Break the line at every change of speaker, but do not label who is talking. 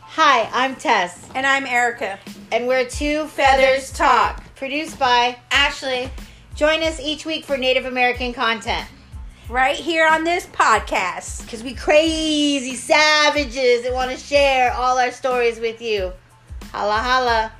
Hi, I'm Tess,
And I'm Erica.
and we're Two
Feathers Talk.
produced by.
Ashley.
Join us each week for Native American content
Right here on this podcast.
because we crazy savages that want to share all our stories with you. Holla holla.